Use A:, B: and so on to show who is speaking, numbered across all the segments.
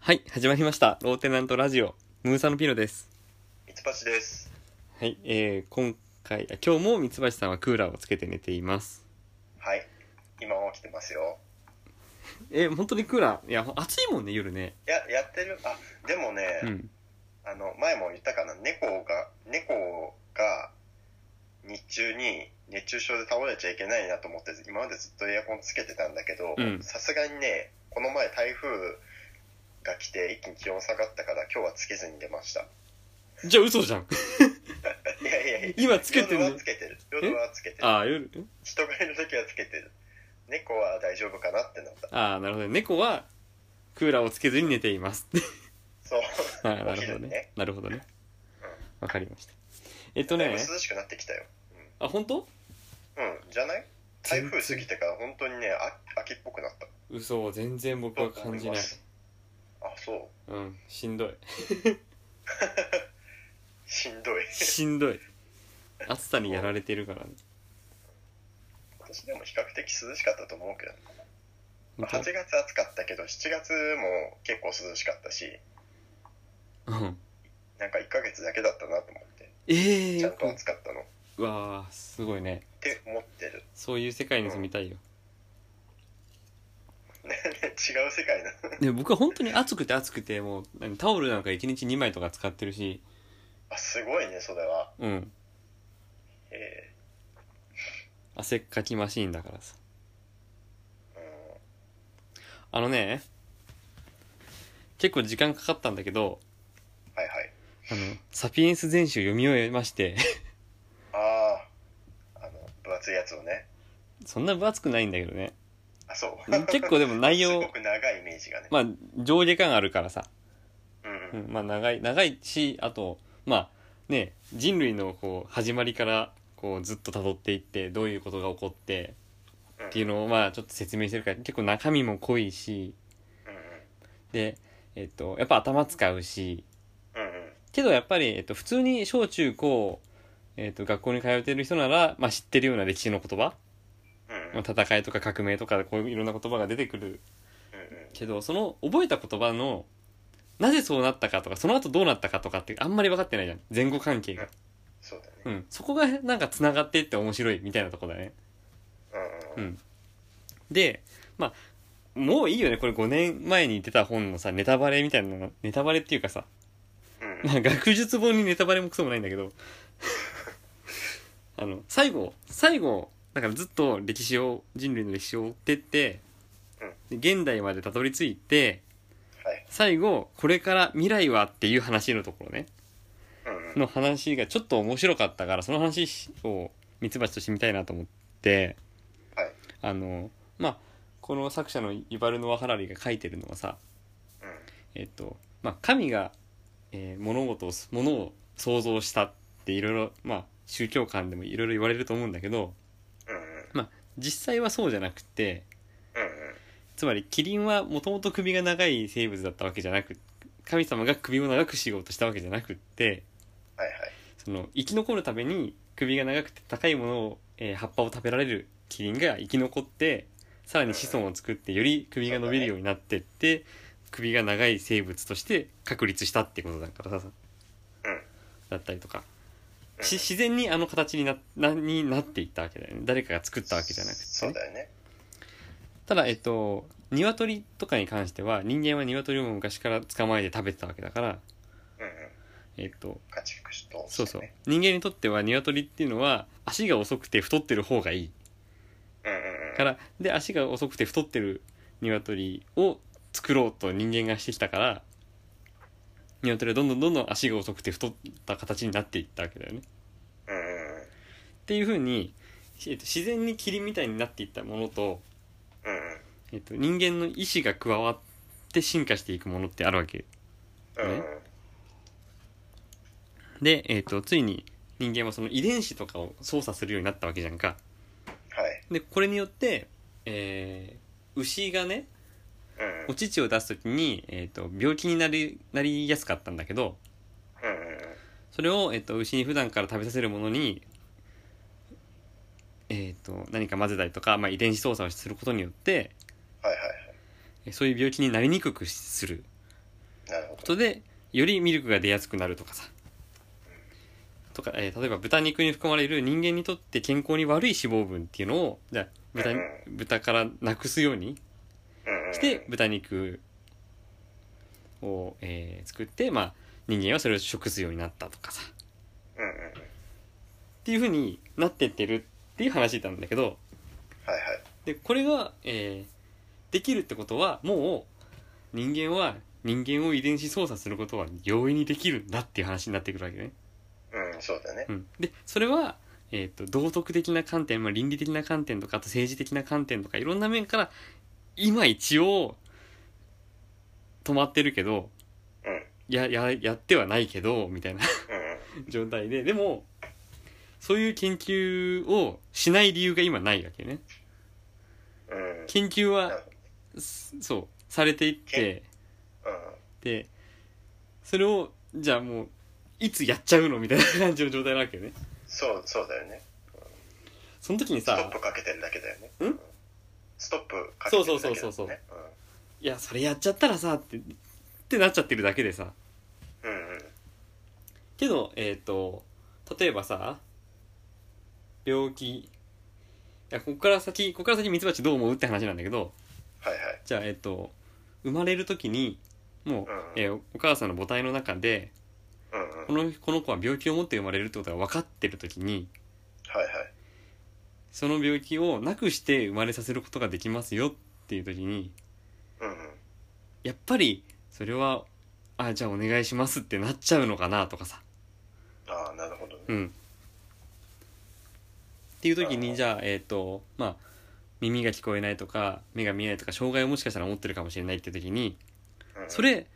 A: はい、始まりました。ローテナントラジオ、ムーサのピロです。
B: ミツバチです。
A: はい、えー、今回、あ今日も三橋さんはクーラーをつけて寝ています。
B: はい。今も来てますよ。
A: えー、本当にクーラー、いや、暑いもんね、夜ね。
B: や、やってるあ、でもね、
A: うん。
B: あの、前も言ったかな、猫が、猫が、日中に熱中症で倒れちゃいけないなと思って、今までずっとエアコンつけてたんだけど
A: うん、
B: さすがにね、この前台風が来て一気に気温下がったから、今日はつけずに出ました。
A: じゃあ嘘じゃん。
B: いやいやいや、
A: 今つけてん
B: 夜は
A: の
B: つけてる。夜はつけてる。
A: ああ、夜、
B: 人がいる時はつけてる。猫は大丈夫かなってなった。
A: ああ、なるほどね。猫は、クーラーをつけずに寝ています。
B: そう。
A: ああ、なるほど
B: お昼
A: ね
B: ね。
A: なるほどね
B: うん。
A: わかりました。えっと
B: だいぶ
A: ね、
B: 涼しくなってきたよ。うん
A: あ、本当
B: うん、じゃない台風過ぎてから本当にね、あ秋っぽくなった。
A: 嘘、全然僕は感じない。
B: あ、そう。
A: うん、しんどい。
B: しんどい。
A: しんどい。暑さにやられてるからね。
B: 私でも比較的涼しかったと思うけど、ま
A: 本
B: あ
A: 当
B: 8月暑かったけど、7月も結構涼しかったし、
A: うん。
B: なんか1ヶ月だけだったなと思って、
A: ええー、
B: ち
A: よ
B: ゃんと
A: く
B: 暑かったのっ
A: うわあすごいね
B: て思ってる。
A: そういう世界に住みたいよ、
B: ね違う世界なの。
A: で僕は本当に暑くて暑くてもう何タオルなんか1日2枚とか使ってるし
B: あ、すごいね、それは。
A: うん
B: え
A: 汗っかきマシーンだからさ
B: ーうん、
A: あのね結構時間かかったんだけど
B: はいはい。
A: あのサピエンス全集読み終えまして
B: ああ、あの、分厚いやつをね。
A: そんな分厚くないんだけどね
B: あ、そう。
A: 結 構でも内
B: す
A: 容
B: ごく長いイメージがね。
A: まあ上下感あるからさ、
B: うんうん
A: うん、まあ長い長いしあとまあね人類のこう始まりからこうずっと辿っていってどういうことが起こって
B: うん
A: っていうのをまあちょっと説明してるから結構中身も濃いし
B: うんうん
A: でえっとやっぱ頭使うし
B: うんうん
A: けどやっぱり、えっと、普通に小中高、えっと、学校に通ってる人なら、まあ、知ってるような歴史の言葉、
B: うんうん
A: まあ、戦いとか革命とかこういういろんな言葉が出てくる
B: う
A: けどその覚えた言葉のなぜそうなったかとかその後どうなったかとかってあんまり分かってないじゃん前後関係が、
B: そうだね
A: う。ん、そこがなんかつながってって面白いみたいなとこだね
B: うん
A: う
B: うん
A: ん、でまあもういいよねこれ5年前に出た本のさネタバレみたいなのネタバレっていうかさ、
B: うん
A: まあ、学術本にネタバレもクソもないんだけど あの最後最後だからずっと歴史を人類の歴史を追ってって、で現代までたどり着いて
B: はい。
A: 最後これから未来はっていう話のところね
B: うんうん
A: の話がちょっと面白かったからその話をミツバチとしてみたいなと思って、
B: はい
A: あのまあこの作者のイバルノワ・ハラリが書いてるのはさえっとまあ神が、えー物事を物を創造したっていろいろまあ宗教観でもいろいろ言われると思うんだけど
B: うんうん
A: 実際はそうじゃなくて
B: うん
A: つまりキリンはもともと首が長い生物だったわけじゃなく神様が首を長くしようとしたわけじゃなくって
B: はいはい。
A: その生き残るために首が長くて高いものを、えー葉っぱを食べられるキリンが生き残ってさらに子孫を作ってより首が伸びるようになってって、首が長い生物として確立したってことだからさ、
B: うん
A: だったりとか
B: うん
A: し自然にあの形にななになっていったわけだよね誰かが作ったわけじゃなくてね、
B: そうだよね。
A: ただえっと鶏とかに関しては人間は鶏を昔から捕まえて食べてたわけだから
B: うんうん。
A: えっと
B: 家畜と、ね。
A: そうそう人間にとっては鶏っていうのは足が遅くて太ってる方がいい
B: うんうんうん。
A: からで足が遅くて太ってる鶏を作ろうと人間がしてきたから鶏はどんどんどんどん足が遅くて太った形になっていったわけだよね。
B: うんうんうん。
A: っていうふうに、えっと、自然に霧みたいになっていったものと、
B: うんうん
A: えっと、人間の意志が加わって進化していくものってあるわけ
B: うんうん。
A: で、えっと、ついに人間はその遺伝子とかを操作するようになったわけじゃんか。
B: はい。
A: でこれによって、えー牛がね
B: うんうん
A: お乳を出す時に、えー、と病気になりなりやすかったんだけど
B: うんうんうん。
A: それを、えー、と牛に普段から食べさせるものに、えー、と何か混ぜたりとか、まあ、遺伝子操作をすることによって
B: はいはいはい。
A: えーそういう病気になりにくくする
B: なるほど。
A: ことでよりミルクが出やすくなるとかさとか、えー例えば豚肉に含まれる人間にとって健康に悪い脂肪分っていうのをじゃあ豚に
B: うん
A: 豚からなくすように
B: うんうん。
A: して豚肉を、えー作って、まあ、人間はそれを食すようになったとかさっ
B: うんうんうん。はい
A: ていう風になってってるっていう話なんだけど
B: はい。
A: でこれが、えーできるってことはもう人間は人間を遺伝子操作することは容易にできるんだっていう話になってくるわけね。
B: うん、そうだね
A: う。ん、でそれは、えー、と道徳的な観点、まあ、倫理的な観点とかあと政治的な観点とかいろんな面から今一応止まってるけど
B: うん。
A: やややってはないけどみたいな
B: うんうん。
A: 状態ででもそういう研究をしない理由が今ないわけね
B: うん。
A: 研究
B: なる
A: はすそうされていって
B: ほどうん。
A: でそれをじゃあもういつやっちゃうのみたいな感じの状態なわけよね
B: そう、そうだよね。
A: その時に
B: スト
A: さ
B: ップかけてるだけだよね。
A: ん
B: うんストップかけてるだけだよね。
A: そうそうそうそうそう
B: うん。
A: いやそれやっちゃったらさってってなっちゃってるだけでさ
B: うんうん
A: けどえっ、と例えばさ病気いやここから先ここから先ミツバチどう思うって話なんだけど
B: はいはい。
A: じゃあえっ、と生まれる時にもう、
B: うん
A: えーお母さんの母体の中で
B: うんうん。
A: このこの子は病気を持って生まれるってことが分かってる時に
B: はいはい。
A: その病気をなくして生まれさせることができますよっていう時に
B: うんうん。
A: やっぱりそれはあじゃあお願いしますってなっちゃうのかなとかさ
B: ああ、なるほどね。
A: うん。っていう時
B: あ
A: に
B: ー
A: じゃあえっ、とまあ耳が聞こえないとか目が見えないとか障害をもしかしたら持ってるかもしれないっていう時に
B: うんうん
A: そ。れ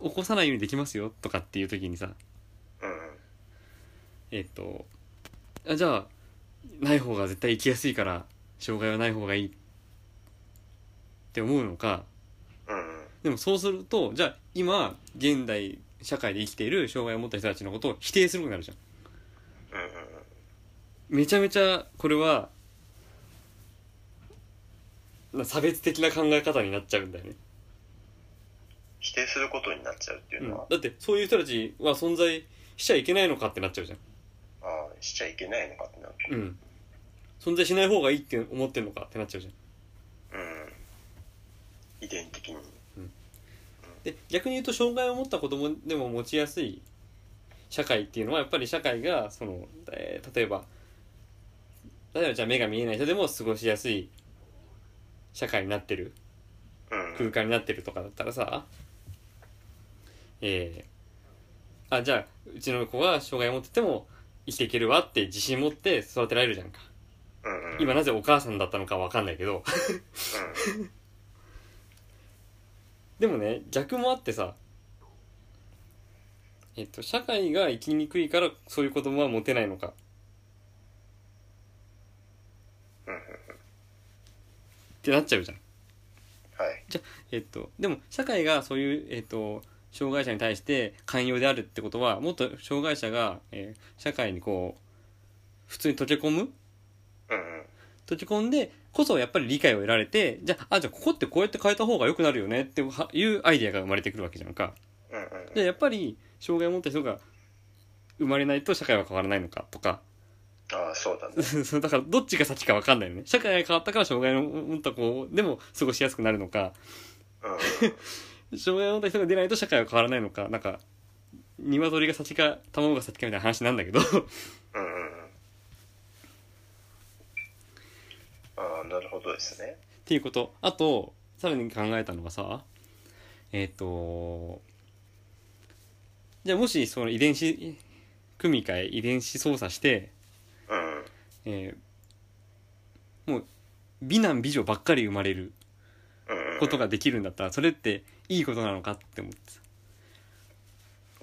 A: 起こさないようにできますよとかっていう時にさ
B: うんうん。
A: えっ、とあじゃあない方が絶対生きやすいから障害はない方がいいって思うのか
B: うんうん。
A: でもそうするとじゃあ今現代社会で生きている障害を持った人たちのことを否定することになるじゃん。
B: うんうん
A: めちゃめちゃこれはな差別的な考え方になっちゃうんだよね、
B: 否定することになっちゃうっていう
A: うん
B: のは、
A: だってそういう人たちは存在しちゃいけないのかってなっちゃうじゃん、
B: ああ、しちゃいけないのかってなる。
A: うん、存在しない方がいいって思ってるのかってなっちゃうじゃん
B: うん。遺伝的に。
A: で逆に言うと障害を持った子供でも持ちやすい社会っていうのはやっぱり社会がその、えー例えば例えばじゃあ目が見えない人でも過ごしやすい社会になってる
B: うん。
A: 空間になってるとかだったらさえー、あじゃあうちの子が障害を持ってても生きていけるわって自信持って育てられるじゃんか
B: うんうん。
A: 今なぜお母さんだったのかわかんないけど でもね逆もあってさえっと社会が生きにくいからそういう子供は持てないのか
B: うんうんうん。
A: ってなっちゃうじゃん
B: はい。
A: えっと、でも社会がそういう、えっと、障害者に対して寛容であるってことはもっと障害者が、えー社会にこう普通に溶け込む
B: うんうん。
A: 閉じ込んでこそやっぱり理解を得られてじゃああじゃあここってこうやって変えた方が良くなるよねっていうアイデアが生まれてくるわけじゃんか
B: うんうんうん。
A: でやっぱり障害を持った人が生まれないと社会は変わらないのかとか
B: ああ、そうだね。
A: そうだからどっちが先か分かんないよね社会が変わったから障害を持った子でも過ごしやすくなるのか
B: うんうん。
A: 障害を持った人が出ないと社会は変わらないのかなんか鶏が先か卵が先かみたいな話なんだけど
B: うんうんうん。ああ、なるほどですね。
A: っていうことあとさらに考えたのがさえっ、とじゃあもしその遺伝子組み換え遺伝子操作して、
B: うんうん。
A: えーもう美男美女ばっかり生まれる
B: うんうん。
A: ことができるんだったらそれっていいことなのかって思ってさ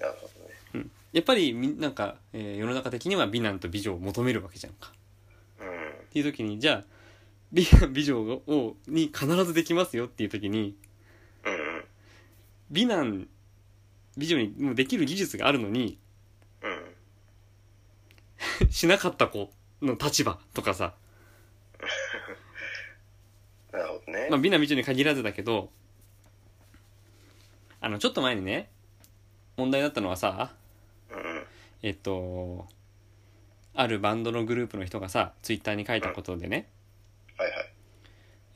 B: なるほどね。
A: やっぱりみなんか、えー世の中的には美男と美女を求めるわけじゃんか。
B: うん。
A: っていう時にじゃあ美美女をに必ずできますよっていう時に
B: うんうん。
A: 美男美女にもうできる技術があるのに
B: うん。
A: しなかった子の立場とかさ、
B: なるほどね。
A: まあ、美男美女に限らずだけどああのちょっと前にね問題だったのはさ
B: うん
A: えっとあるバンドのグループの人がさツイッターに書いたことでね、
B: はいはい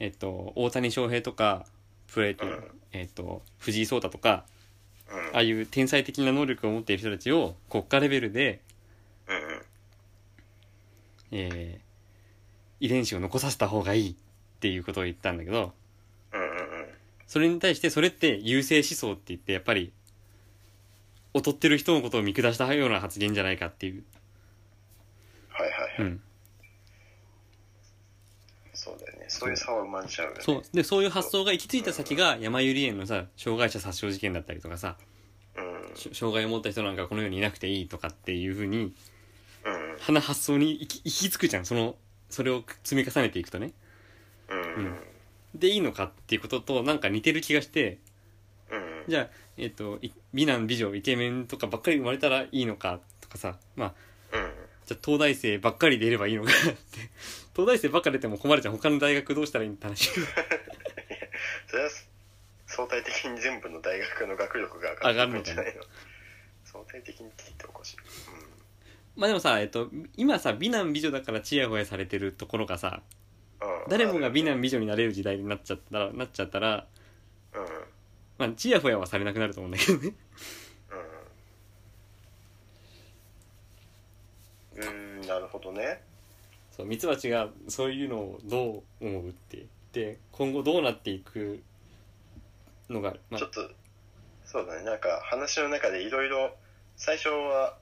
A: えっと、大谷翔平とかプロ野球、
B: うん
A: えっと、藤井聡太とか
B: うん
A: ああいう天才的な能力を持っている人たちを国家レベルで、
B: うんうん
A: えー遺伝子を残させた方がいいっていうことを言ったんだけど
B: うんうん
A: それに対してそれって優勢思想って言ってやっぱり劣ってる人のことを見下したような発言じゃないかっていう、
B: はいはいはい、
A: うん、
B: そうだよねそういう差は生まれちゃうよね
A: そうでそういう発想が行き着いた先が山百合園のさ障害者殺傷事件だったりとかさ
B: うんうん
A: し障害を持った人なんかこの世にいなくていいとかっていうふうに
B: うん
A: 花発想に行き行き着くじゃんそのそれを積み重ねていくとね
B: うんうんうん
A: でいいのかっていうこととなんか似てる気がして
B: うん
A: じゃあ、えっとい美男美女イケメンとかばっかり生まれたらいいのかとかさまあじゃあ東大生ばっかり出ればいいのかって 東大生ばっか出ても困るじゃん他の大学どうしたらいいんだ話
B: それは相対的に全部の大学の学力が
A: 上がる
B: ん
A: の
B: じ
A: か
B: ゃ
A: な
B: ないの相対的にって言っておかしい、
A: まあでもさ、えっと、今さ美男美女だからチヤホヤされてるところがさ
B: うんうん、
A: 誰もが美
B: う
A: 男
B: ん
A: 美女になれる時代になっちゃったらなっちゃったらまあチヤホヤはされなくなると思うんだけどね
B: うん、うん、なるほどね
A: そうミツバチがそういうのをどう思うってで今後どうなっていくのが、ま
B: ちょ
A: あ
B: っ、とそうだねなんか話の中でいろいろ最初は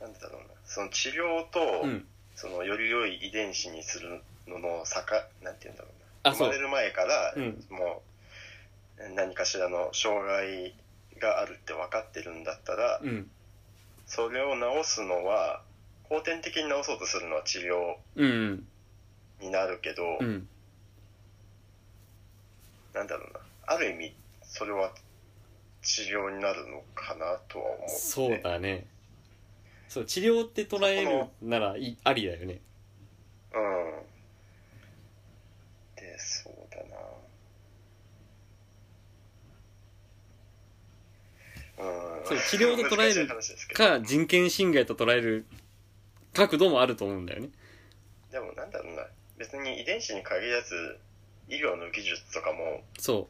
B: なんだろうなその治療と、
A: うん
B: そのより良い遺伝子にするのの境なんて言うんだろうな
A: あ
B: 生
A: そう
B: まれる前から、
A: うん
B: もう何かしらの障害があるって分かってるんだったら、
A: うん
B: それを治すのは後天的に治そうとするのは治療
A: うん
B: になるけど、
A: うん
B: なんだろうなある意味それは治療になるのかなとは思って
A: そうだねそう治療って捉えるならいいありだよね
B: うんで、そうだな。うん。
A: そう治療と捉える
B: 難しい話ですけど
A: か人権侵害と捉える角度もあると思うんだよね
B: でもなんだろうな。別に遺伝子に限らず、医療の技術とかも、
A: そ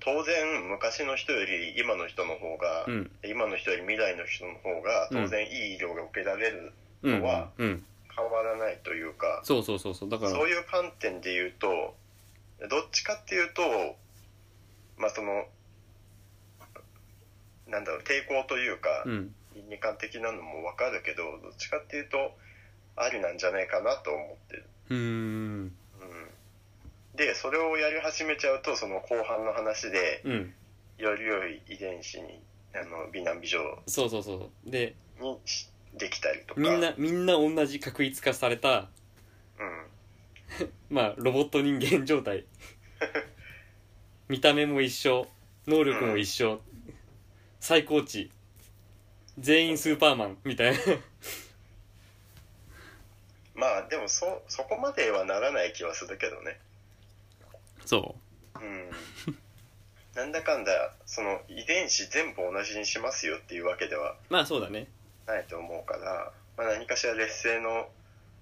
B: 当然昔の人より今の人の方が、
A: ううん
B: 今の人より未来の人の方が、
A: うん
B: 当然いい医療が受けられる、
A: うん
B: のは
A: うん
B: 変わらないというか、
A: そうそうそうそうだから
B: そういう観点で言うと、どっちかっていうと、まあその、なんだろう、抵抗というか
A: う、ん
B: 倫理観的なのもわかるけど、どっちかっていうと、ありなんじゃないかなと思ってる。
A: うーん
B: うん。で、それをやり始めちゃうと、その後半の話で、
A: うん
B: より良い遺伝子に、あの、美男美女
A: そうそうそうで
B: にしできたりとか。
A: みんなみんな同じ確一化された
B: うん。
A: まあロボット人間状 態見た目も一緒能力も一緒、最高値全員スーパーマンみたいな
B: まあでもそ、そこまではならない気はするけどね。
A: そ
B: うん、なんだかんだその遺伝子全部同じにしますよっていうわけでは
A: うまあそうだね
B: ないと思うから、まあ、何かしら劣勢の、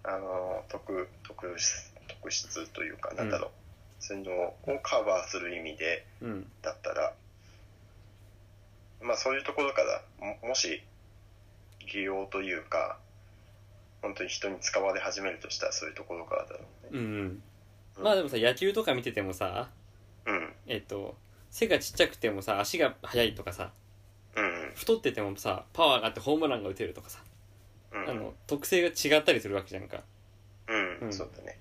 B: あの特特質特質というかなんだろう、そういうのをカバーする意味で
A: うん
B: だったら、まあ、そういうところからももし利用というか本当に人に使われ始めるとしたらそういうところからだろ
A: う
B: うね。
A: ん
B: うん
A: まあでもさ野球とか見ててもさ
B: うん
A: えっ、と背がちっちゃくてもさ足が速いとかさ
B: うん
A: 太っててもさパワーがあってホームランが打てるとかさ、
B: うん
A: あの特性が違ったりするわけじゃんか
B: う
A: う
B: ん、
A: ん
B: そうだね。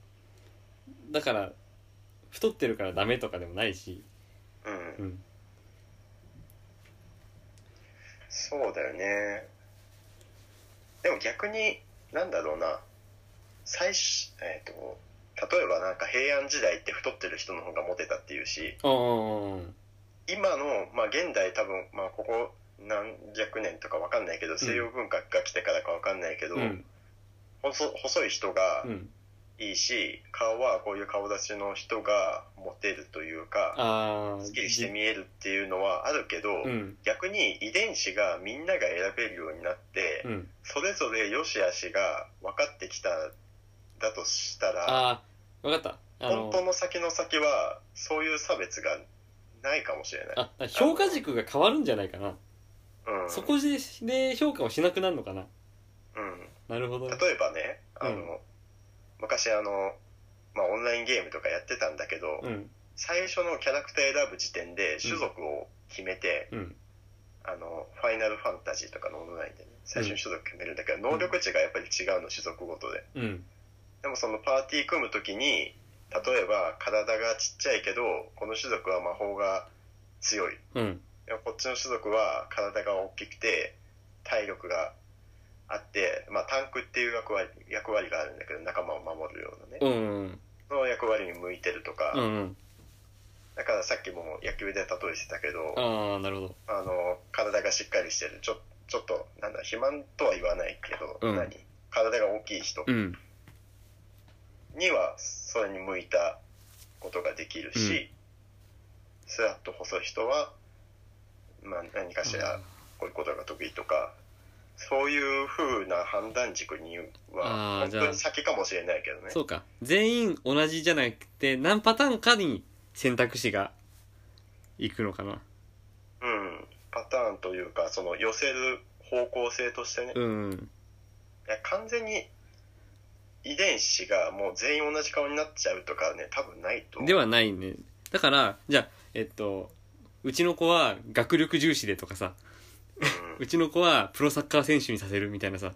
A: だから太ってるからダメとかでもないし、
B: うん
A: うん、
B: そうだよね。でも逆に、なんだろうな、最初、えっ、と、例えばなんか平安時代って太ってる人の方がモテたっていうし、
A: ああ
B: 今の、まあ現代多分、まあここ何百年とかわかんないけど、西洋文化が来てからかわかんないけど、
A: うん
B: 細細い人が
A: うん
B: いいし顔はこういう顔出しの人がモテるというか
A: ああ
B: すっきりして見えるっていうのはあるけど、
A: うん
B: 逆に遺伝子がみんなが選べるようになって、
A: うん
B: それぞれ良し悪しが分かってきただとしたら
A: ああわかったあ
B: 本
A: の
B: 当の先の先はそういう差別がないかもしれない。
A: あ評価軸が変わるんじゃないかな
B: うん
A: そこでで評価をしなくなるのかな
B: うん
A: なるほど
B: 例えばねあ
A: う
B: の、
A: ん
B: 昔あの、まあ、オンラインゲームとかやってたんだけど、
A: うん
B: 最初のキャラクター選ぶ時点で種族を決めて、
A: うん
B: あのファイナルファンタジーとかのオンラインで、ね、最初に種族決めるんだけど、能力値がやっぱり違うの種族ごとで
A: うん
B: でもそのパーティー組む時に例えば体がちっちゃいけどこの種族は魔法が強い
A: うん
B: でもこっちの種族は体が大きくて体力があって、まあ、タンクっていう役割役割があるんだけど仲間を守るようなね
A: うんうん
B: の役割に向いてるとか、
A: うんうん
B: だからさっきも野球で例えしてたけど
A: ああなるほど
B: あの体がしっかりしてるちょちょっとなんだ肥満とは言わないけど、
A: うん
B: 何体が大きい人
A: うん
B: にはそれに向いたことができるし、スラッと細い人は、まあ、何かしらこういうことが得意とかそういう風な判断軸には
A: あー
B: 本
A: じゃあ
B: 当に先かもしれないけどね
A: そうか全員同じじゃなくて何パターンかに選択肢がいくのかな
B: うん、パターンというかその寄せる方向性としてね、い
A: うん
B: や完全に遺伝子がもう全員同じ顔になっちゃうとかね多分ないと思う
A: ではないねだからじゃあえっとうちの子は学力重視でとかさうちの子はプロサッカー選手にさせるみたいなさ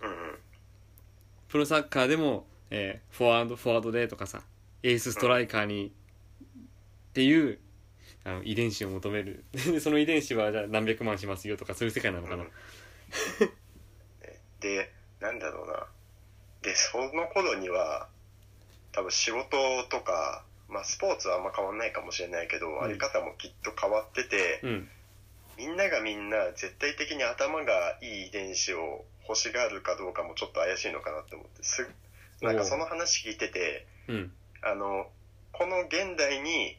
B: うんうんうん
A: プロサッカーでも、えーフォワードフォワードでとかさエースストライカーに、っていうあの遺伝子を求める でその遺伝子はじゃあ何百万しますよとかそういう世界なのかな、
B: うん でなんだろうなでその頃には多分仕事とか、まあ、スポーツはあんま変わんないかもしれないけど、
A: ん
B: あり方もきっと変わってて、
A: うん
B: みんながみんな絶対的に頭がいい遺伝子を欲しがるかどうかもちょっと怪しいのかなって思ってすなんかその話聞いてて
A: うん
B: あのこの現代に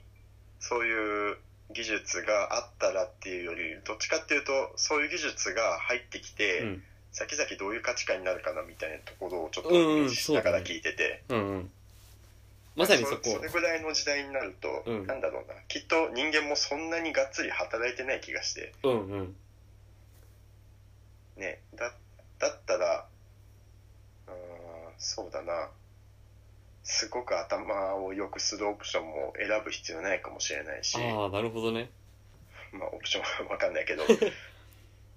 B: そういう技術があったらっていうよりどっちかっていうとそういう技術が入ってきて、
A: うん
B: 先々どういう価値観になるかなみたいなところをちょっとイメージしながら聞いてて、
A: うんうんまさにそ
B: そ
A: こ
B: れぐらいの時代になると、
A: うん
B: なんだろうなきっと人間もそんなにがっつり働いてない気がして
A: うんうん
B: ねだだったらうーんそうだなすごく頭を良くするオプションも選ぶ必要ないかもしれないし
A: ああなるほどね
B: まあオプションは分かんないけど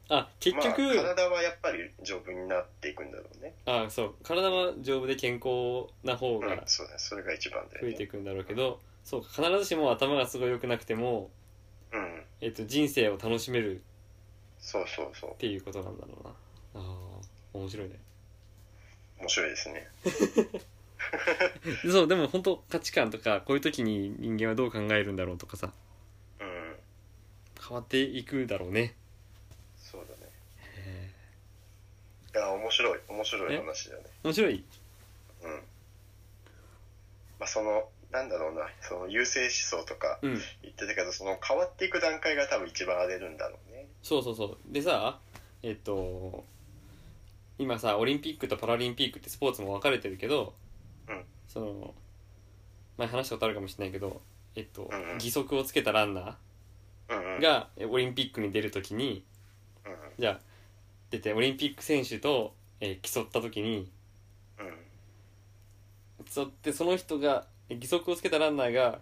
A: あ結局、
B: まあ、体はやっぱり丈夫になっていくんだろうね、
A: あそう体は丈夫で健康な方
B: うん
A: が、
B: そうだねそれが一番だよ
A: 増えてい
B: ね
A: くんだろうけどそうか必ずしも頭がすごい良くなくても、
B: うん
A: えっと、人生を楽しめる
B: そうそうそう
A: っていうことなんだろうなあー面白いね
B: 面白いですね
A: で そうでも本当価値観とかこういう時に人間はどう考えるんだろうとかさ
B: うん
A: 変わっていくだろうね
B: そうだね
A: へ
B: いや面白い面白い話だよね
A: ー面白い
B: うんまあそのなんだろうなその優勢思想とか
A: うん
B: 言ってたけどその変わっていく段階が多分一番荒れるんだろうね
A: そうそうそうでさえっと今さオリンピックとパラリンピックってスポーツも分かれてるけど、
B: うん
A: その前話したことあるかもしれないけど、えっと
B: うんうん
A: 義足をつけたランナ
B: うんう
A: ー
B: ん
A: がえオリンピックに出るときに
B: うん
A: じゃあ出てオリンピック選手と、えー競ったときに
B: うん
A: 競ってその人がえー義足をつけたランナーが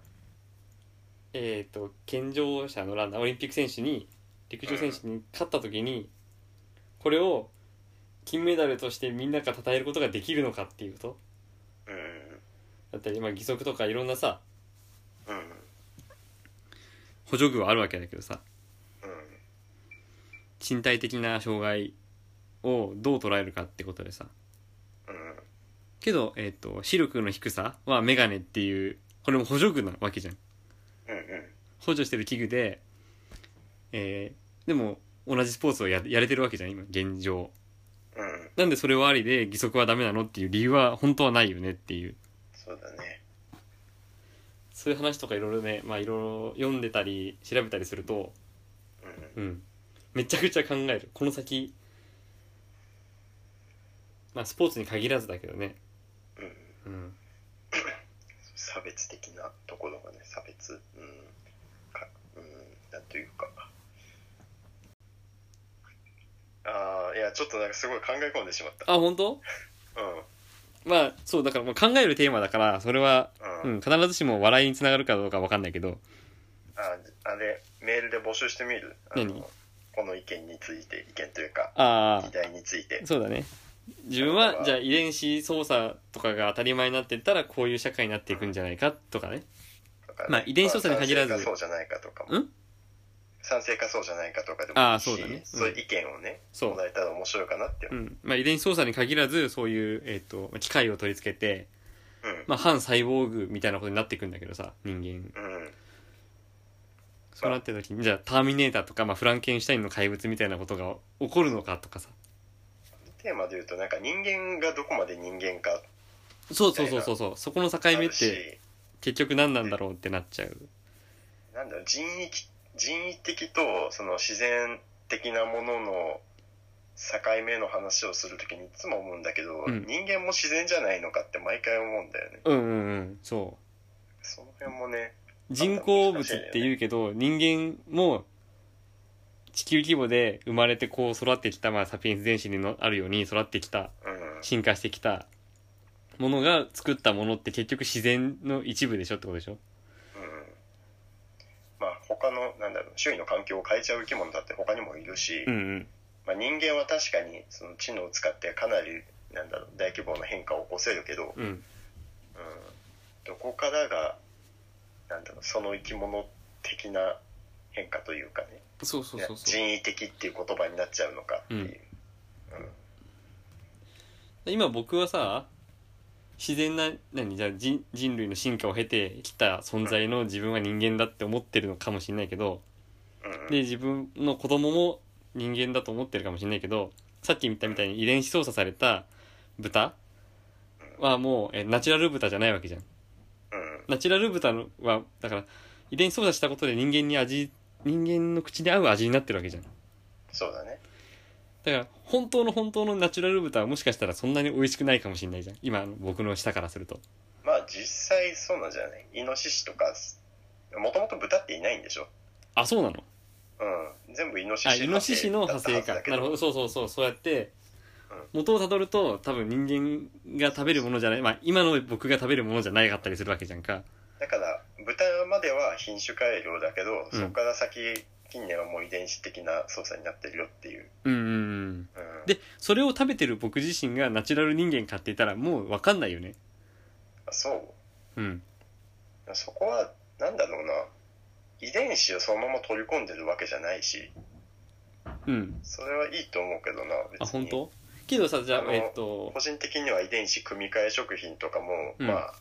A: えっ、と健常者のランナーオリンピック選手に陸上選手に勝った時にこれを金メダルとしてみんなが称えることができるのかっていうこと
B: うん
A: だったり今義足とかいろんなさ
B: うんうん
A: 補助具はあるわけだけどさ
B: うん
A: 身体的な障害をどう捉えるかってことでさ
B: うん
A: けど、えっと視力の低さはメガネっていうこれも補助具なわけじゃん
B: うん
A: 補助してる器具で、えーでも同じスポーツをややれてるわけじゃん今現状
B: うん
A: なんでそれはありで義足はダメなのっていう理由は本当はないよねっていう
B: そうだね
A: そういう話とかいろいろねまあいろいろ読んでたり調べたりすると
B: うん
A: うんめちゃくちゃ考えるこの先まあスポーツに限らずだけどね
B: うん
A: うん
B: 差別的なところがね差別うんかうんなんというかああいやちょっとなんかすごい考え込んでしまった
A: あ本当
B: うんうん
A: まあそうだからもう考えるテーマだからそれは、う
B: あ
A: ん、必ずしも笑いにつながるかどうかわかんないけど
B: あれメールで募集してみるあの
A: 何
B: この意見について意見というか
A: あ
B: 議題について
A: あそうだね自分
B: だか
A: は
B: ら
A: じゃあ遺伝子操作とかが当たり前になってったらこういう社会になっていくんじゃないかとかね
B: とかね
A: まあ遺伝子操作に限らず
B: まあ賛成かそうじゃないかとかも
A: ん
B: 賛成かそうじゃないかとかでも
A: あ
B: い
A: あ
B: いし
A: そうだねうん
B: そういう意見をね
A: そう
B: もらえたら面白いかなって
A: う
B: 思うん
A: まあ、遺伝子操作に限らずそういう、えっとまあ機械を取り付けて、
B: うん
A: まあ、反サイボーグみたいなことになっていくんだけどさ人間
B: うん
A: そうなってる時にじゃあターミネーターとか、まあ、フランケンシュタインの怪物みたいなことが起こるのかとかさ
B: テーマで言うとなんか人間がどこまで人間か
A: そうそうそうそうそうそこの境
B: あ
A: 目っ
B: る
A: て
B: し
A: 結局何なんだろうってなっちゃう
B: なんだろう人為的人為的とその自然的なものの境目の話をするときにいつも思うんだけど、
A: うん
B: 人間も自然じゃないのかって毎回思うんだよね
A: うんうんうんそう
B: その辺もね
A: 人工物って言うけど人間も地球規模で生まれてこう育ってきた、まあ、サピエンス全身にのあるように育ってきた
B: うん
A: 進化してきたものが作ったものって結局自然の一部でしょってことでしょ
B: うんまあ他のなんだろう周囲の環境を変えちゃう生き物だって他にもいるし、
A: うんうん
B: まあ、人間は確かにその知能を使ってかなりなんだろう大規模な変化を起こせるけど、
A: うん
B: うん、どこからがなんだろうその生き物的な変化というかね
A: そうそうそうそう
B: 人為的っていう言葉になっちゃうのかっていう、
A: 今僕はさ自然な何じゃあ人人類の進化を経てきた存在の自分は人間だって思ってるのかもしれないけど
B: うんうん
A: で自分の子供も人間だと思ってるかもしれないけどさっき言ったみたいに遺伝子操作された豚はもうえナチュラル豚じゃないわけじゃん
B: うん
A: ナチュラル豚のはだから遺伝子操作したことで人間に味人間の口に合う味になってるわけじゃんだ
B: そうだね
A: から本当の本当のナチュラル豚はもしかしたらそんなに美味しくないかもしれないじゃん今の僕の舌からすると
B: まあ実際そうなんじゃないイノシシとかもともと豚っていないんでしょ、
A: あそうなの
B: うん、全部イノシ
A: あ
B: シ
A: イノシシの派生か
B: だったはずだけ
A: なるほどそうそうそうそうやって
B: う
A: 元をたどると多分人間が食べるものじゃないまあ今の僕が食べるものじゃないかったりするわけじゃんか
B: だから豚までは品種改良だけど、
A: うん
B: そこから先近年はもう遺伝子的な操作になってるよっていう、
A: うんうんうん
B: うん、
A: でそれを食べてる僕自身がナチュラル人間かって言ったらもう分かんないよね
B: そう
A: うん
B: そこはなんだろうな遺伝子をそのまま取り込んでるわけじゃないし
A: うん
B: それはいいと思うけどな別
A: あ
B: に
A: 本当けどさじゃ
B: あ
A: あ
B: の
A: えっと
B: 個人的には遺伝子組み換え食品とかも、
A: うん
B: まあ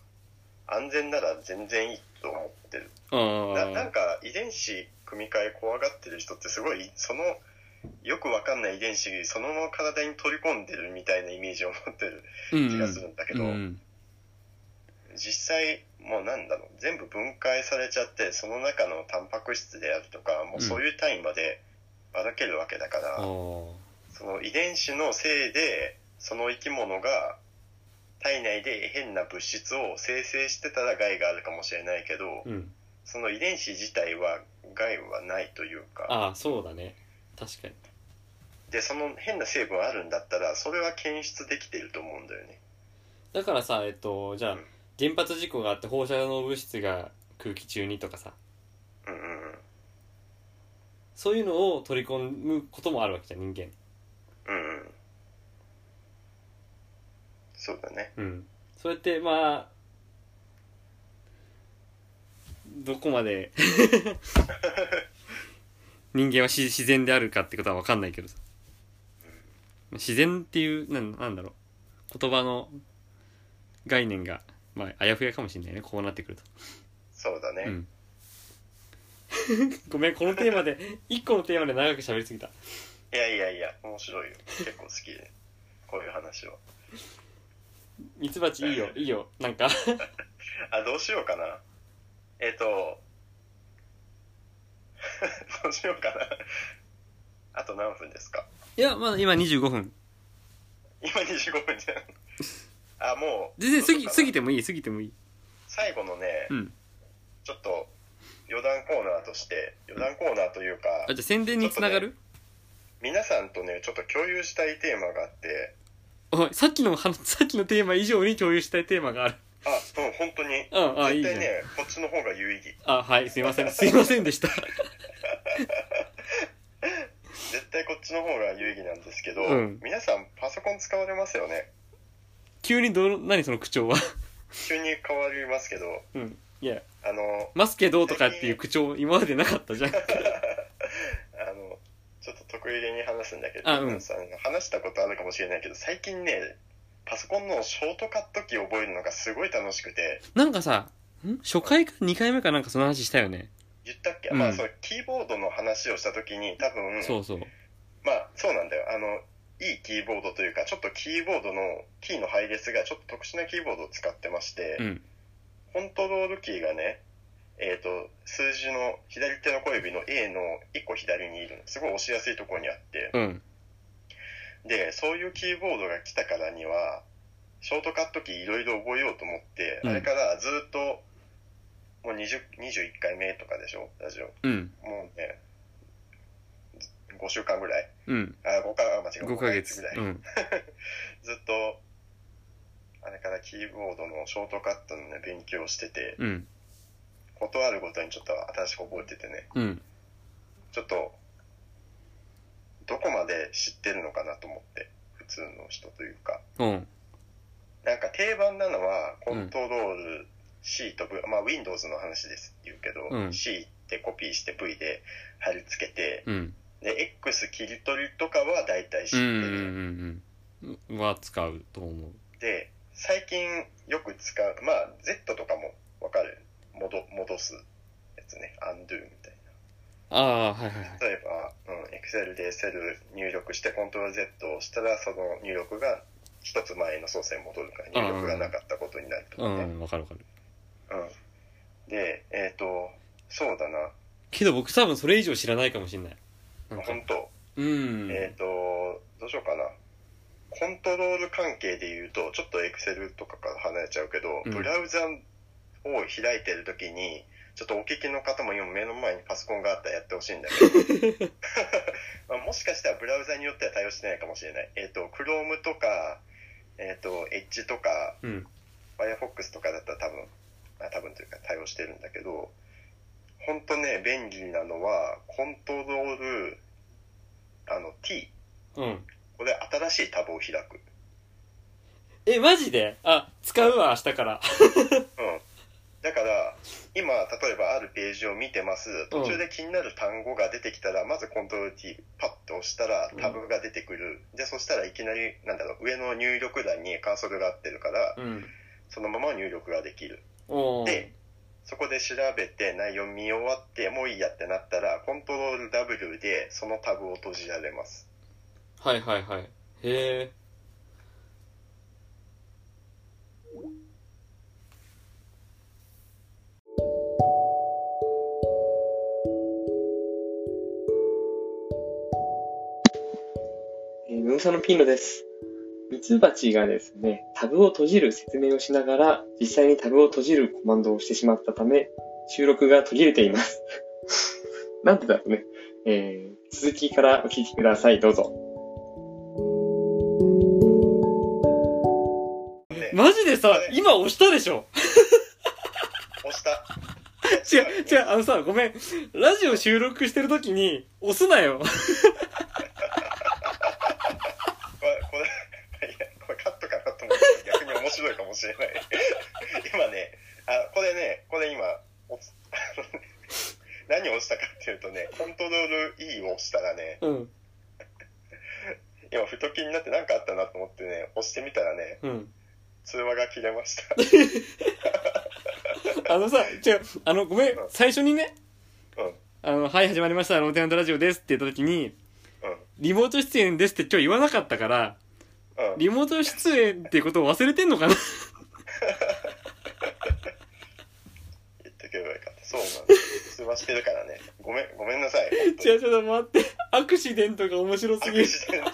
B: 安全なら全然いいと思ってるなな
A: あ
B: んか遺伝子組み換え怖がってる人ってすごいそのよくわかんない遺伝子そのまま体に取り込んでるみたいなイメージを持ってる
A: ーうんうん
B: 気がするんだけど、
A: うん
B: 実際もうなんだろう全部分解されちゃってその中のタンパク質であるとかもうそういう単位までばらけるわけだから、
A: あー
B: その遺伝子のせいでその生き物が体内で変な物質を生成してたら害があるかもしれないけど、
A: うん
B: その遺伝子自体は害はないというか
A: ああそうだね確かに
B: でその変な成分あるんだったらそれは検出できてると思うんだよね
A: だからさえっとじゃあ
B: うん
A: 原発事故があって放射能物質が空気中にとかさ
B: うんうんうん
A: そういうのを取り込むこともあるわけじゃん人
B: うんうんそうだね
A: 間うんそうやってまあどこまで 人間はし自然であるかってことは分かんないけどさ自然っていうなんなんだろう言葉の概念が、まあ、あやふやかもしれないねこうなってくると
B: そうだね、
A: うん ごめんこのテーマで1個のテーマで長く喋りすぎた
B: いやいやいや、面白いよ。結構好きで。こういう話を
A: ミツバチいいよいいよなんか
B: あどうしようかなえっ、と どうしようかなあと何分ですか
A: いやまだ今25分
B: 今25分じゃんあもう
A: 全然過ぎ
B: どうしようかな
A: 過ぎてもいい過ぎてもいい
B: 最後のね、
A: うん
B: ちょっと余談コーナーとして余談コーナーというか
A: あじゃあ宣伝につながる、
B: 皆さんとねちょっと共有したいテーマがあって
A: おいさっきの話さっきのテーマ以上に共有したいテーマがある
B: あうん本当に
A: うんあいい
B: 絶
A: じゃ
B: 対
A: ん
B: ねこっちの方が有意義
A: あはいすいませんすいませんでした
B: 絶対こっちの方が有意義なんですけど、
A: うん
B: 皆さんパソコン使われますよね
A: 急にどう何その口調は
B: 急に変わりますけど
A: うんいや
B: あの
A: ますけどとかっていう口調今までなかったじゃん
B: あのちょっと得意げに話すんだけど
A: あうん
B: 皆さん話したことあるかもしれないけど最近ねパソコンのショートカットキーを覚えるのがすごい楽しくて
A: なんかさん初回か2回目かなんかその話したよね、
B: 言ったっけ、
A: うん
B: まあそのキーボードの話をした時に多分
A: そうそう
B: まあそうなんだよあのいいキーボードというかちょっとキーボードのキーの配列がちょっと特殊なキーボードを使ってまして、
A: うん
B: コントロールキーがねえっ、と数字の左手の小指の A の1個左にいるのすごい押しやすいところにあって
A: うん
B: でそういうキーボードが来たからにはショートカットキーいろいろ覚えようと思って、
A: うん
B: あれからずっともう20 21回目とかでしょラジオ
A: うん
B: もうね5週間ぐらい
A: うん
B: あ、5か、あ間違えた
A: 5ヶ月
B: ぐらい。
A: うん
B: ずっと、あれからキーボードのショートカットのね、勉強をしてて、
A: うん
B: ことあるごとにちょっと新しく覚えててね、
A: うん
B: ちょっと、どこまで知ってるのかなと思って、普通の人というか。
A: うん
B: なんか定番なのは、コントロール C と V、まあ Windows の話です、言うけど、
A: うん
B: C ってコピーして V で貼り付けて、
A: うん
B: で、X 切り取りとかは大体知って
A: うんう
B: る。
A: んうんうんは使うと思う
B: で最近よく使うまあ Z とかもわかる戻戻すやつね undo みたい
A: ああーはいはいはい
B: な例えば、うん、Excel でセル入力して Ctrl Z をしたらその入力が一つ前の操作に戻るから入力がなかったことになるとか
A: う
B: ね、
A: んわかるわかる
B: うんでえっ、とそうだな
A: けど僕多分それ以上知らないかもしれないなんか
B: 本当、
A: うん
B: えっ、とどうしようかなコントロール関係で言うとちょっと Excel とかから離れちゃうけど、
A: うん
B: ブラウザを開いてる時にちょっとお聞きの方も今目の前にパソコンがあったらやってほしいんだけど、 まあ、もしかしたらブラウザによっては対応してないかもしれないえっ、と Chrome とかえっ、と Edge とか
A: うん、
B: Firefox とかだったら多分あ多分というか対応してるんだけど本当ね便利なのはコントロールあの T
A: うん、
B: これ新しいタブを開く。
A: えマジであ使うわ明日から
B: うん。だから、今、例えばあるページを見てます。途中で気になる単語が出てきたら、まずコントロール T、パッと押したらタブが出てくる。で、そしたらいきなり、なんだろう、上の入力欄にカーソルが合ってるから、
A: うん
B: そのまま入力ができる。
A: おー
B: でそこで調べて内容見終わって、もういいやってなったら、コントロール W でそのタブを閉じられます。
A: はいはいはいへえ
C: えー、ムーサのピンロです。ミツバチがですね、タブを閉じる説明をしながら、実際にタブを閉じるコマンドをしてしまったため、収録が途切れています。 なんでだろうね。えー続きからお聞きください。どうぞ。
B: で、
A: マジでさ
B: あれ
A: 今押したでしょ
B: 押した。
A: 違う、違う、あのさ、ごめん。ラジオ収録してるときに、押すなよ。
B: これ、これ、いや、これカットかなと思って逆に面白いかもしれない。 今ね、あ、これね、これ今、おあのね 何を押したかっていうとね、コントロール E を押したらね、
A: うん、
B: 今、ふと気になって何かあったなと思ってね、押してみたらね、
A: うん。
B: 通話が切れました。
A: あのさ、違う、あの、ごめん
B: うん、
A: 最初にね、
B: うん、うん。
A: あの、はい、始まりました、あの、テナントラジオですって言ったときに、リモート出演ですって今日言わなかったから、
B: うん。
A: リモート出演ってことを忘れてんのかな
B: 言っとけばよかった。そうなんです。通話してるからね。ごめん、ごめんなさい。本当
A: 違うちょっと待ってアクシデントが面白すぎ
B: に
A: る
B: アク シデント。
A: 違う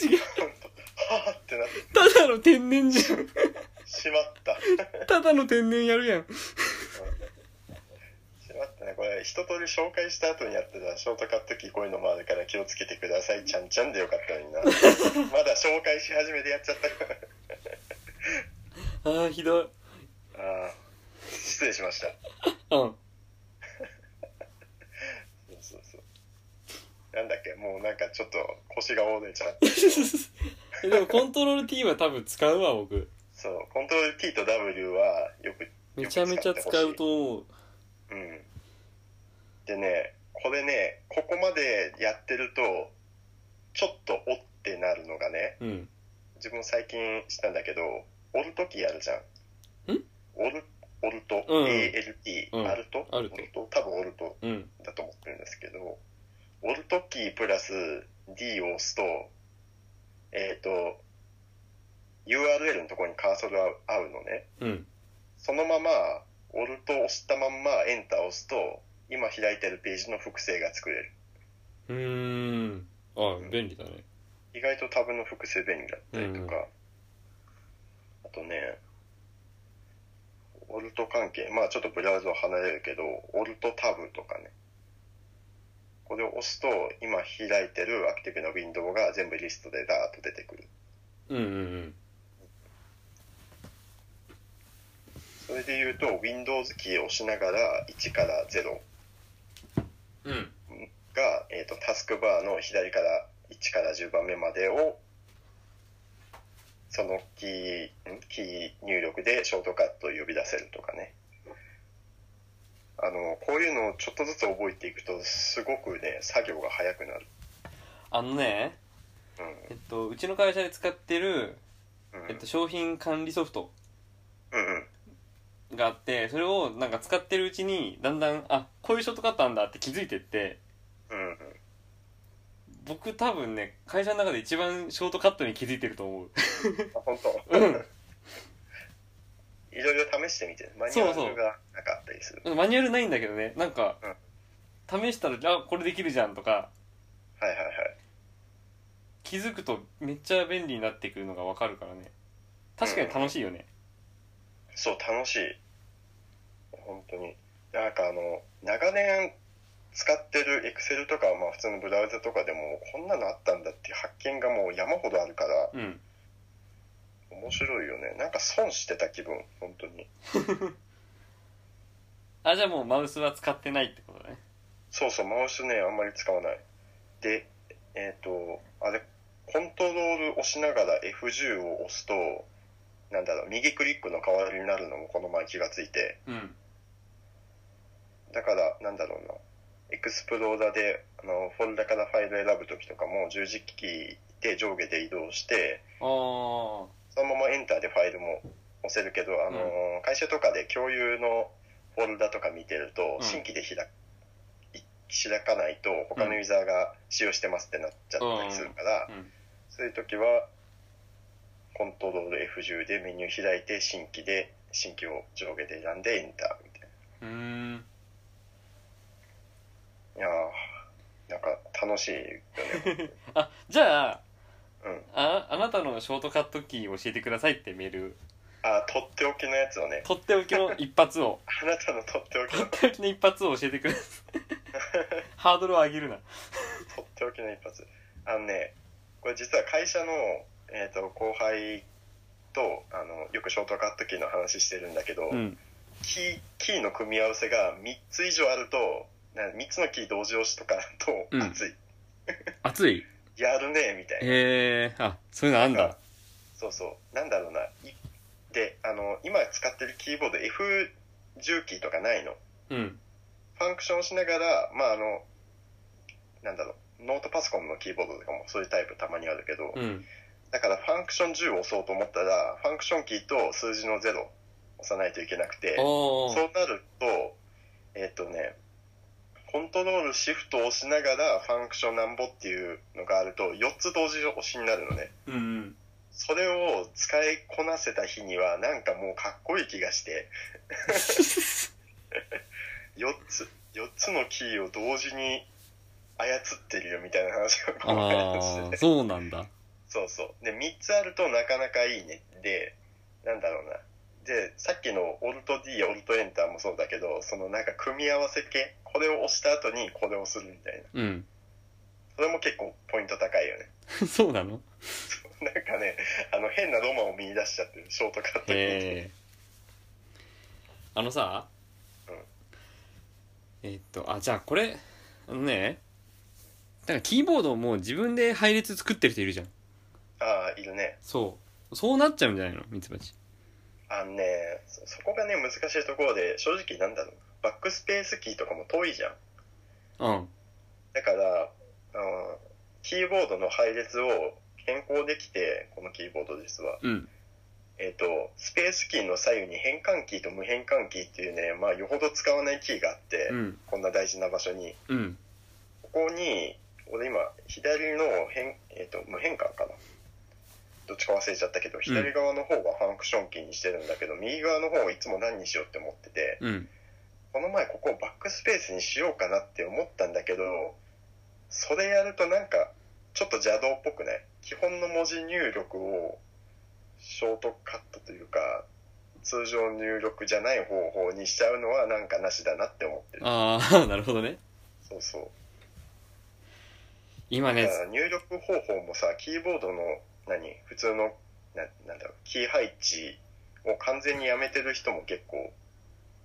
B: 今、本当はぁってなって、
A: ただの天然じゃん
B: しまった。
A: ただの天然やるやん
B: しまったね。これ、一通り紹介した後にやってたショートカットキーこういうのもあるから気をつけてください。ちゃんちゃんでよかったのにな。まだ紹介し始めてやっちゃったから。
A: あーひどい
B: ああ、失礼しました。
A: うん
B: そうそうそう。なんだっけ、もうなんかちょっと腰が折れちゃって。
A: えでもコントロール T は多分使うわ僕
B: そう、コントロール T と W はよく、
A: めちゃめちゃ使うと思う
B: うん。でね、これね、ここまでやってると、ちょっと折ってなるのがね、
A: うん
B: 自分最近したんだけど、折るときやるじゃん。
A: ん
B: 折る、折ると、
A: うん
B: ALT、
A: うん
B: アルト
A: アルト
B: 折ると多分折ると。
A: うん
B: だと思ってるんですけど、オルトキープラス D を押すと、えっ、と、URL のところにカーソルが合うのね。
A: うん
B: そのまま、オルトを押したまんまエンターを押すと、今開いてるページの複製が作れる。
A: うーんあ便利だね
B: 意外とタブの複製便利だったりとか、あとね、オルト関係、まあちょっとブラウザを離れるけど、オルトタブとかね。これを押すと、今開いてるアクティブなウィンドウが全部リストでダーッと出てくる。
A: うんうんうん
B: それで言うと、Windows キーを押しながら1から0
A: うん
B: が、えー、とタスクバーの左から1から10番目までをそのキーんキー入力でショートカットを呼び出せるとかねあのこういうのをちょっとずつ覚えていくとすごくね作業が早くなる、
A: あのねえっとうちの会社で使ってる、
B: うんうん
A: えっと、商品管理ソフト
B: うんうん
A: があってそれをなんか使ってるうちにだんだんあこういうショートカットなんだって気づいてって
B: うんうん
A: 僕多分ね会社の中で一番ショートカットに気づいてると思う
B: あ本 当
A: うん
B: いろいろ試してみてマニュアルがなんかあったりする
A: マニュアルないんだけどねなんか
B: うん
A: 試したらあこれできるじゃんとか
B: はいはいはい
A: 気づくとめっちゃ便利になってくるのがわかるからね確かに楽しいよね
B: そう、楽しい。本当に。なんかあの、長年使ってる Excel とか、まあ普通のブラウザとかでも、こんなのあったんだっていう発見がもう山ほどあるから、
A: うん
B: 面白いよね。なんか損してた気分、本当に。
A: あじゃあもうマウスは使ってないってことだね
B: そうそう、マウスね、あんまり使わない。で、えっ、と、あれ、コントロール押しながら F10 を押すと、なんだろう、右クリックの代わりになるのもこの前気がついて、
A: うん
B: だから、なんだろうな。エクスプローラで、あの、フォルダからファイル選ぶときとかも、十字キーで上下で移動して、
A: あ
B: そのままエンターでファイルも押せるけど、あの、会社とかで共有のフォルダとか見てると
A: う、ん
B: 新規で開く。い開かないと他のユーザーが使用してますってなっちゃったりするから
A: あ、うん
B: そういう時はコントロール F10 でメニュー開いて新規で新規を上下で選んでエンターみたいな
A: うーん
B: いやーなんか楽しいよね。
A: あじゃあ
B: うん。
A: ああなたのショートカットキーを教えてくださいってメール
B: あー、とっておきのやつをね、
A: とっておきの一発を
B: あなたのとっておき
A: と
B: の、
A: っ
B: と
A: ておきの一発を教えてくださいハードルを上げるな
B: っておきの一発。あのね、これ実は会社の、えー、と後輩とあの、よくショートカットキーの話してるんだけど、
A: うん
B: キー、キーの組み合わせが3つ以上あると、な3つのキー同時押しとかだ
A: うん
B: と熱い。
A: 熱い
B: やるね、みたいな。
A: へえあそういうのあんだ
B: そうそうなんだろうないであの今使ってるキーボード F10 キーとかないの
A: うん
B: ファンクションしながらまああのなんだろうノートパソコンのキーボードとかもそういうタイプたまにあるけど、
A: うん
B: だからファンクション10を押そうと思ったらファンクションキーと数字の0を押さないといけなくて
A: お
B: そ
A: ー
B: うなるとえっ、とねコントロールシフトを押しながらファンクションなんぼっていうのがあると4つ同時押しになるのね
A: うんうん
B: それを使いこなせた日にはなんかもうかっこいい気がして4つ4つのキーを同時に操ってるよみたいな話がこの間して
A: ああそうなんだ
B: そうそう。で、3つあるとなかなかいいね。で、なんだろうな。で、さっきのオルト D やオルトエンターもそうだけど、そのなんか組み合わせ系、これを押した後にこれをするみたいな。
A: うん
B: それも結構ポイント高いよね。
A: そうなの
B: なんかね、あの変なロマンを見出しちゃってる、ショートカットに。
A: へえあのさ、
B: うん
A: えっとあじゃあこれあのねなんかキーボードをもう自分で配列作ってる人いるじゃん
B: ああ、いるね。
A: そうそうなっちゃうんじゃないのミツバチ
B: あのね、そそこがね、難しいところで、正直なんだろう。バックスペースキーとかも遠いじゃん。
A: うん
B: だから、あのキーボードの配列を変更できて、このキーボード実は。
A: うん
B: えっ、と、スペースキーの左右に変換キーと無変換キーっていうね、まあ、よほど使わないキーがあって、
A: うん
B: こんな大事な場所に。
A: うん
B: ここに、俺今、左の変、えっ、と、無変換かな。どっちか忘れちゃったけど、左側の方はファンクションキーにしてるんだけど、右側の方をいつも何にしようって思ってて、
A: うん
B: この前ここをバックスペースにしようかなって思ったんだけど、それやるとなんか、ちょっと邪道っぽくない基本の文字入力をショートカットというか、通常入力じゃない方法にしちゃうのはなんかなしだなって思ってる。
A: ああ なるほどね
B: そうそう。
A: 今
B: だ
A: ね
B: から入力方法もさ、キーボードの何普通のな、なんだろう、キー配置を完全にやめてる人も結構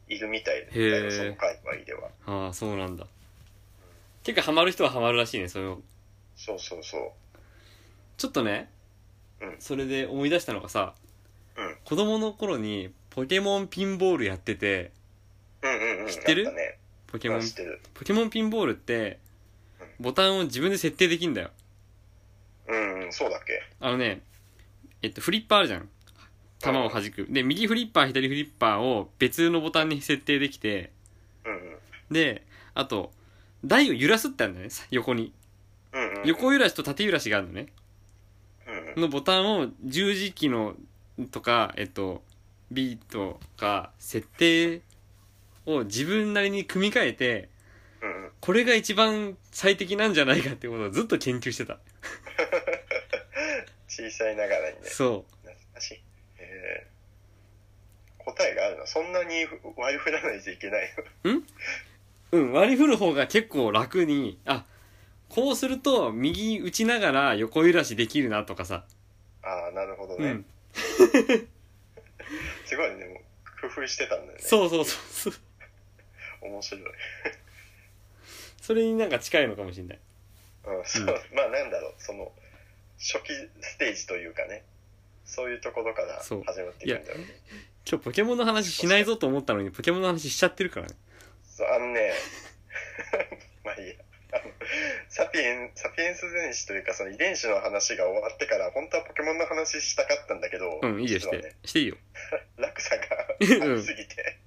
B: いるみたいだ
A: へー
B: よ、その界隈では。
A: ああそうなんだてかハマる人はハマるらしいねそれを
B: そうそうそう。
A: ちょっとね、
B: うん
A: それで思い出したのがさ、
B: うん
A: 子供の頃にポケモンピンボールやってて
B: うんうんうん。
A: 知ってる
B: あたね
A: ポケモン
B: 知ってる。
A: ポケモンピンボールってボタンを自分で設定できんだよ
B: うん、うん、そうだっけ。
A: あのねえっとフリッパーあるじゃん球を弾くで右フリッパー左フリッパーを別のボタンに設定できて
B: うんうん。
A: であと台を揺らすってあるんだよねさ横に
B: うんうん、
A: 横揺らしと縦揺らしがあるのね
B: うんうん、
A: のボタンを十字キーのとかえっと B とか設定を自分なりに組み替えて
B: うんうん。
A: これが一番最適なんじゃないかってことをずっと研究してた
B: 小さいながらにね。
A: そ
B: 懐かしい。えー、答えがあるのそんなに割り振らないといけないの
A: ううん割り振る方が結構楽にあこうすると右打ちながら横揺らしできるなとかさ、
B: ああ、なるほど
A: う
B: ね。
A: ん
B: すごいね、もう工夫してたんだよね。
A: そうそうそうそう
B: 面白い。
A: それになんか近いのかもしれない
B: うん、そう。まあなんだろう、その、初期ステージというかね。そういうところから始
A: そう
B: まっていくんだろうね。
A: 今日ポケモンの話しないぞと思ったのにポケモンの話しちゃってるからね
B: そうあのね、 まあいいや。あのサピエン、サピエンス全史というか、その遺伝子の話が終わってから、本当はポケモンの話したかったんだけど、
A: うんいいよし
B: 実は
A: て
B: ね、
A: していいよ
B: 落差が
A: うん
B: ありすぎて、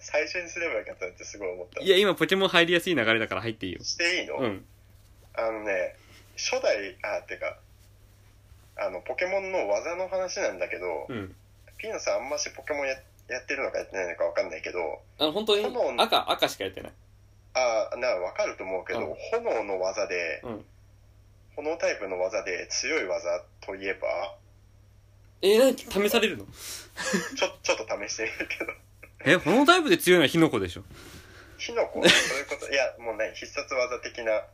B: 最初にすればよかったなってすごい思った。
A: いや、今ポケモン入りやすい流れだから入っていいよ。
B: していいの、
A: うん。
B: あのね、初代、あ、てか、あの、ポケモンの技の話なんだけど、
A: うん。
B: ピーノさんあんましポケモンややってるのかやってないのかわかんないけど、
A: あ、本当に
B: 炎の
A: 赤、赤しかやってない。
B: ああ、な、わかると思うけど、
A: うん
B: 炎の技で、
A: うん。
B: 炎タイプの技で強い技といえば、
A: えー、何試されるの
B: ちょ、ちょっと試してみるけど、
A: え、このタイプで強いのはヒノコでしょ。
B: キノコ、そういうこと、いや、もうね、必殺技的な、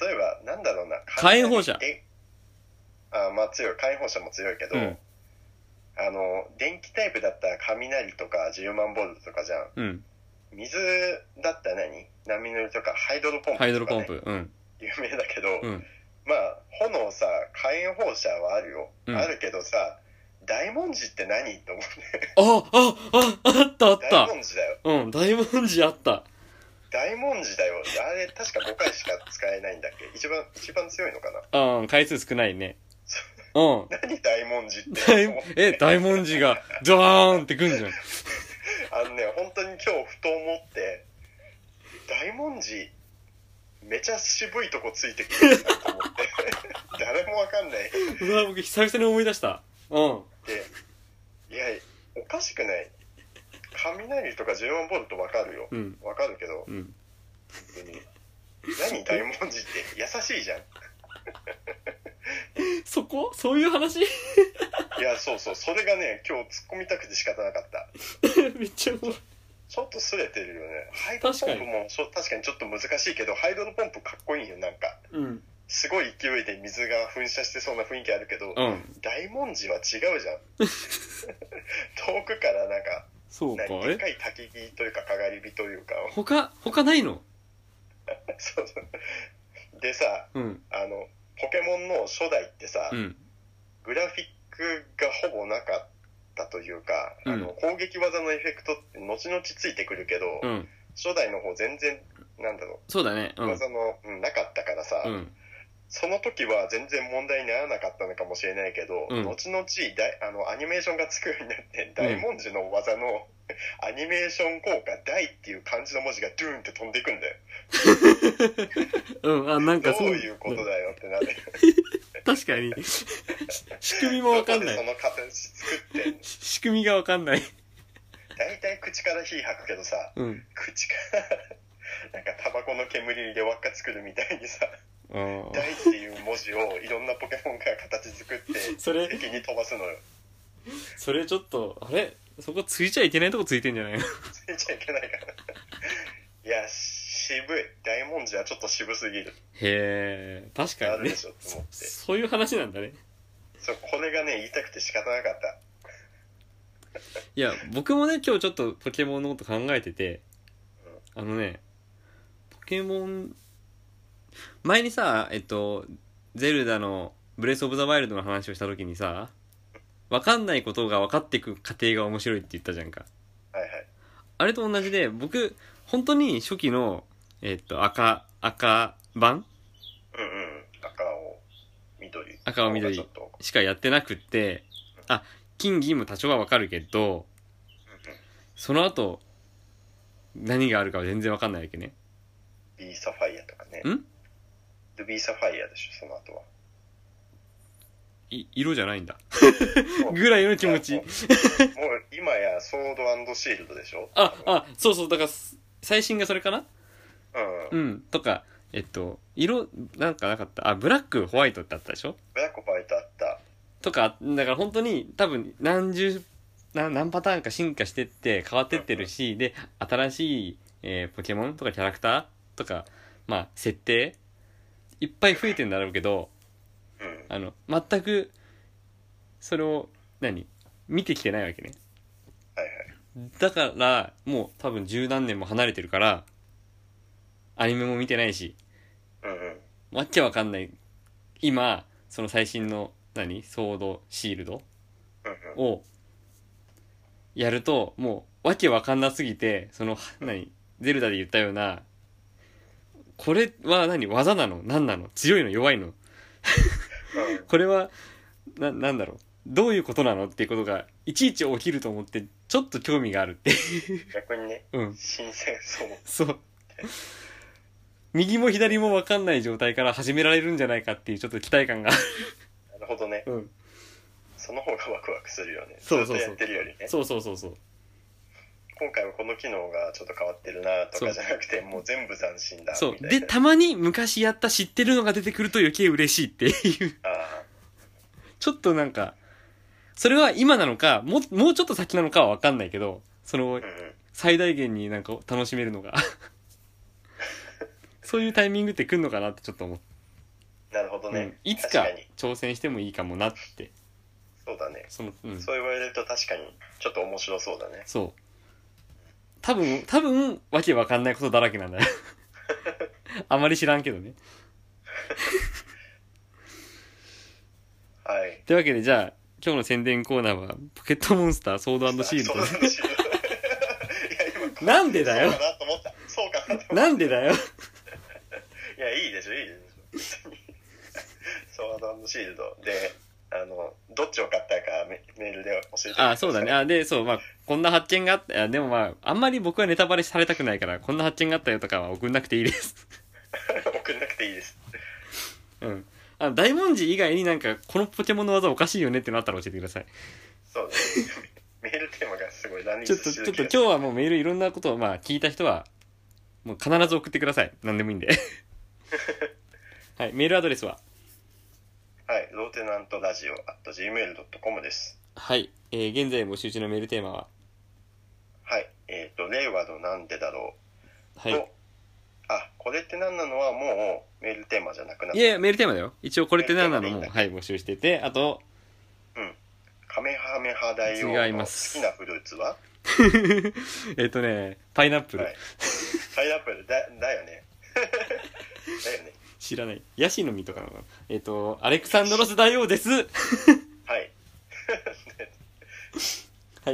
B: 例えば、なんだろうな、
A: 火炎放射
B: えあーまあ強い、火炎放射も強いけど、
A: うん
B: あの、電気タイプだったら雷とか10万ボルトとかじゃん。
A: うん。水
B: 水だったら何波乗りとかハイドロポンプとか、ね。
A: ハイドロポンプ。うん。
B: 有名だけど、
A: うん。
B: まあ、炎さ、火炎放射はあるよ。
A: うん
B: あるけどさ、大文字って何と思って。
A: あ、あ、あ、あったあっ
B: 大
A: た。
B: 文字だよ。
A: うん、大文字あった。
B: 大文字だよ。あれ、確か5回しか使えないんだっけ一番、一番強いのかな
A: うん、回数少ないね。うん。
B: 何大文字って。
A: 大 え、大文字が、ドーンってくんじゃん。
B: あのね、本当に今日ふと思って、大文ジめちゃ渋いとこついてくるなと思って 誰もわかんないう
A: わ僕久々に思い出したうん
B: いやおかしくない雷とか14ボルトわかるよ
A: うん
B: わかるけど
A: うん
B: 本当に何大文字って優しいじゃん
A: そこそういう話
B: いやそうそうそれがね今日突っ込みたくて仕方なかった
A: めっちゃおもろい
B: ちょっとすれてるよねハイドルポンプもそう確かにちょっと難しいけどハイドルポンプかっこいいよなんか
A: うん
B: すごい勢いで水が噴射してそうな雰囲気あるけ
A: う
B: ど、
A: ん
B: 大文字は違うじゃん 遠くからなんか
A: そうか
B: 何
A: あ
B: で
A: れ
B: かい焚き木というかかがり火というか
A: 他他ないの
B: そうそうでさ
A: うん
B: あのポケモンの初代ってさ、
A: うん
B: グラフィックがほぼなかったというか、あ
A: う
B: の攻撃技のエフェクトって後々ついてくるけど、
A: うん
B: 初代の方全然なんだろ
A: そうだね
B: う、
A: うん
B: 技の、うん、なかったからさ、
A: うん
B: その時は全然問題にならなかったのかもしれないけど、
A: うん
B: 後々だあのアニメーションがつくようになって、大文字の技の アニメーション効果「大」っていう漢字の文字がドゥーンって飛んでいくんだよ。
A: うんあなん
B: ど
A: かそう
B: いうことだよってなって。
A: 確かに し仕組みもわかんな
B: どこ
A: い
B: でその形作ってんの
A: し仕組みがわかんない
B: 大体口から火吐くけどさ、
A: うん
B: 口からなんかタバコの煙で輪っか作るみたい にさ
A: あー
B: 「大」っていう文字をいろんなポケモンが形作って
A: それ
B: 敵に飛ばすのよ
A: それちょっとあれそこついちゃいけないとこついてんじゃないの
B: ついちゃいけないから いや渋い大文字はちょっと渋すぎる
A: へえ確
B: あ
A: かに
B: る
A: ね
B: でしょと思って
A: そういう話なんだね
B: そうこれがね言いたくて仕方なかった
A: いや僕もね今日ちょっとポケモンのこと考えててあのねポケモン前にさえっとゼルダのブレス・オブ・ザ・ワイルドの話をした時にさ分かんないことが分かっていく過程が面白いって言ったじゃんか
B: はいはい
A: あれと同じで僕本当に初期のえっと赤赤版
B: うんうん赤青緑
A: 赤青緑
B: ちょっと
A: しかやってなくってあ金銀も多少は分かるけど
B: うんうん
A: その後何があるかは全然分かんないわけね
B: ルビーサファイアとかね
A: ん
B: ルビーサファイアでしょその後はい
A: 色じゃないんだ ぐらいの気持ち
B: もう今やソードシールドでしょ
A: ああそうそうだからす最新がそれかな
B: うん
A: うんとかえっと色なんかなかったあブラックホワイトってあったでしょ
B: ブラックホワイトあった
A: とかだから本当に多分何十な何パターンか進化してって変わってってるしで新しい、えーポケモンとかキャラクターとかまあ設定いっぱい増えてんだろうけど
B: うん
A: あの全くそれを何見てきてないわけね
B: はい
A: だからもう多分十何年も離れてるからアニメも見てないし
B: はいうんうん
A: わけわかんない今その最新の何ソードシールド
B: うん
A: をやるともうわけわかんなすぎてその何ゼルダで言ったようなこれは何技なの何なの強いの弱いの
B: うん
A: これはななんだろうどういうことなのっていうことがいちいち起きると思ってちょっと興味があるって
B: 逆にね
A: うん
B: 新鮮そう
A: そう右も左も分かんない状態から始められるんじゃないかっていうちょっと期待感 が
B: なるほどね
A: うん
B: その方がワクワクするよね
A: そうそうそう
B: ずっとやってるより ね
A: そうそうそうそう
B: 今回はこの機能がちょっと変わってるなと
A: そう
B: かじゃなくてもう全部斬新だ
A: そう
B: みた
A: で
B: いな
A: たまに昔やった知ってるのが出てくると余計嬉しいっていう
B: あ
A: ちょっとなんか、それは今なのか、もう、もうちょっと先なのかはわかんないけど、その
B: ーう、んうん
A: 最大限になんか楽しめるのが。 そういうタイミングって来んのかなってちょっと思って、
B: なるほど
A: うん
B: ね、
A: いつ
B: 確
A: か
B: かに
A: 挑戦してもいいかもなって、
B: そうだね
A: その、うん。
B: そう言われると確かにちょっと面白そうだね
A: そう。多分、多分、わけわかんないことだらけなんだ よ。あまり知らんけどね。
B: はい
A: というわけで、じゃあ、今日の宣伝コーナーは、ポケットモンスターソードシールド
B: そうなんですよいや今
A: なんでだよ
B: そうかなと思ったそうかなと思った
A: なんでだよ。
B: いや、いいでしょ、いいでしょ。別にソードシールドで、あの、どっちを買ったかメメールで教えてください。
A: あ、そうだね。あ、で、そう、まあ、こんな発見があった、あでもまあ、あんまり僕はネタバレされたくないから、こんな発見があったよとかは送んなくていいです。
B: 送んなくていいです。
A: うん。あの、大文字以外になんか、このポケモンの技おかしいよねってなったら教えてください。
B: そうですね。メールテーマがすごいランニン
A: ち
B: グ
A: ょっと、ちょっと今日はもうメールいろんなことをまあ、聞いた人は、もう必ず送ってください。何でもいいん で。はい、メールアドレスは
B: はい、ローテナントラジオ at gmail.com です。
A: はい、えー、現在募集中のメールテーマは
B: はい、えっ、と、令和のなんでだろ
A: は
B: う
A: い。
B: の、あ、これって何なのはもうメールテーマじゃなくなっ
A: い
B: て、
A: やいや、メールテーマだよ。一応これって何なのも、
B: メールテーマ
A: はい、募集してて、あと、
B: カメハメハ大王
A: 違い
B: の
A: ま
B: 好
A: す
B: きなフルーツは
A: えっ、とね、パイナップル。
B: はい。パイナップル、だ、だよね。 だよね。
A: 知らない。ヤシの実とかなのかなえっ、と、アレクサンドロス大王です。は
B: はい。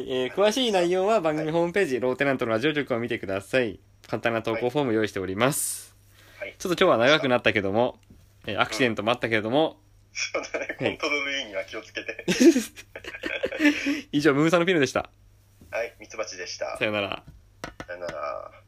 A: い、えー、詳しい内容は番組ホームページ、ローテナントのラジオ局を見てください。簡単な投稿フォーム用意しております。
B: はい
A: ちょっと今日は長くなったけども、えーアクシデントもあったけれども、
B: そうだね、コントロール E には気をつ けて。
A: 以上、ムーサのピノでした。
B: はい、ミツバチでした。
A: さよなら。
B: さよなら。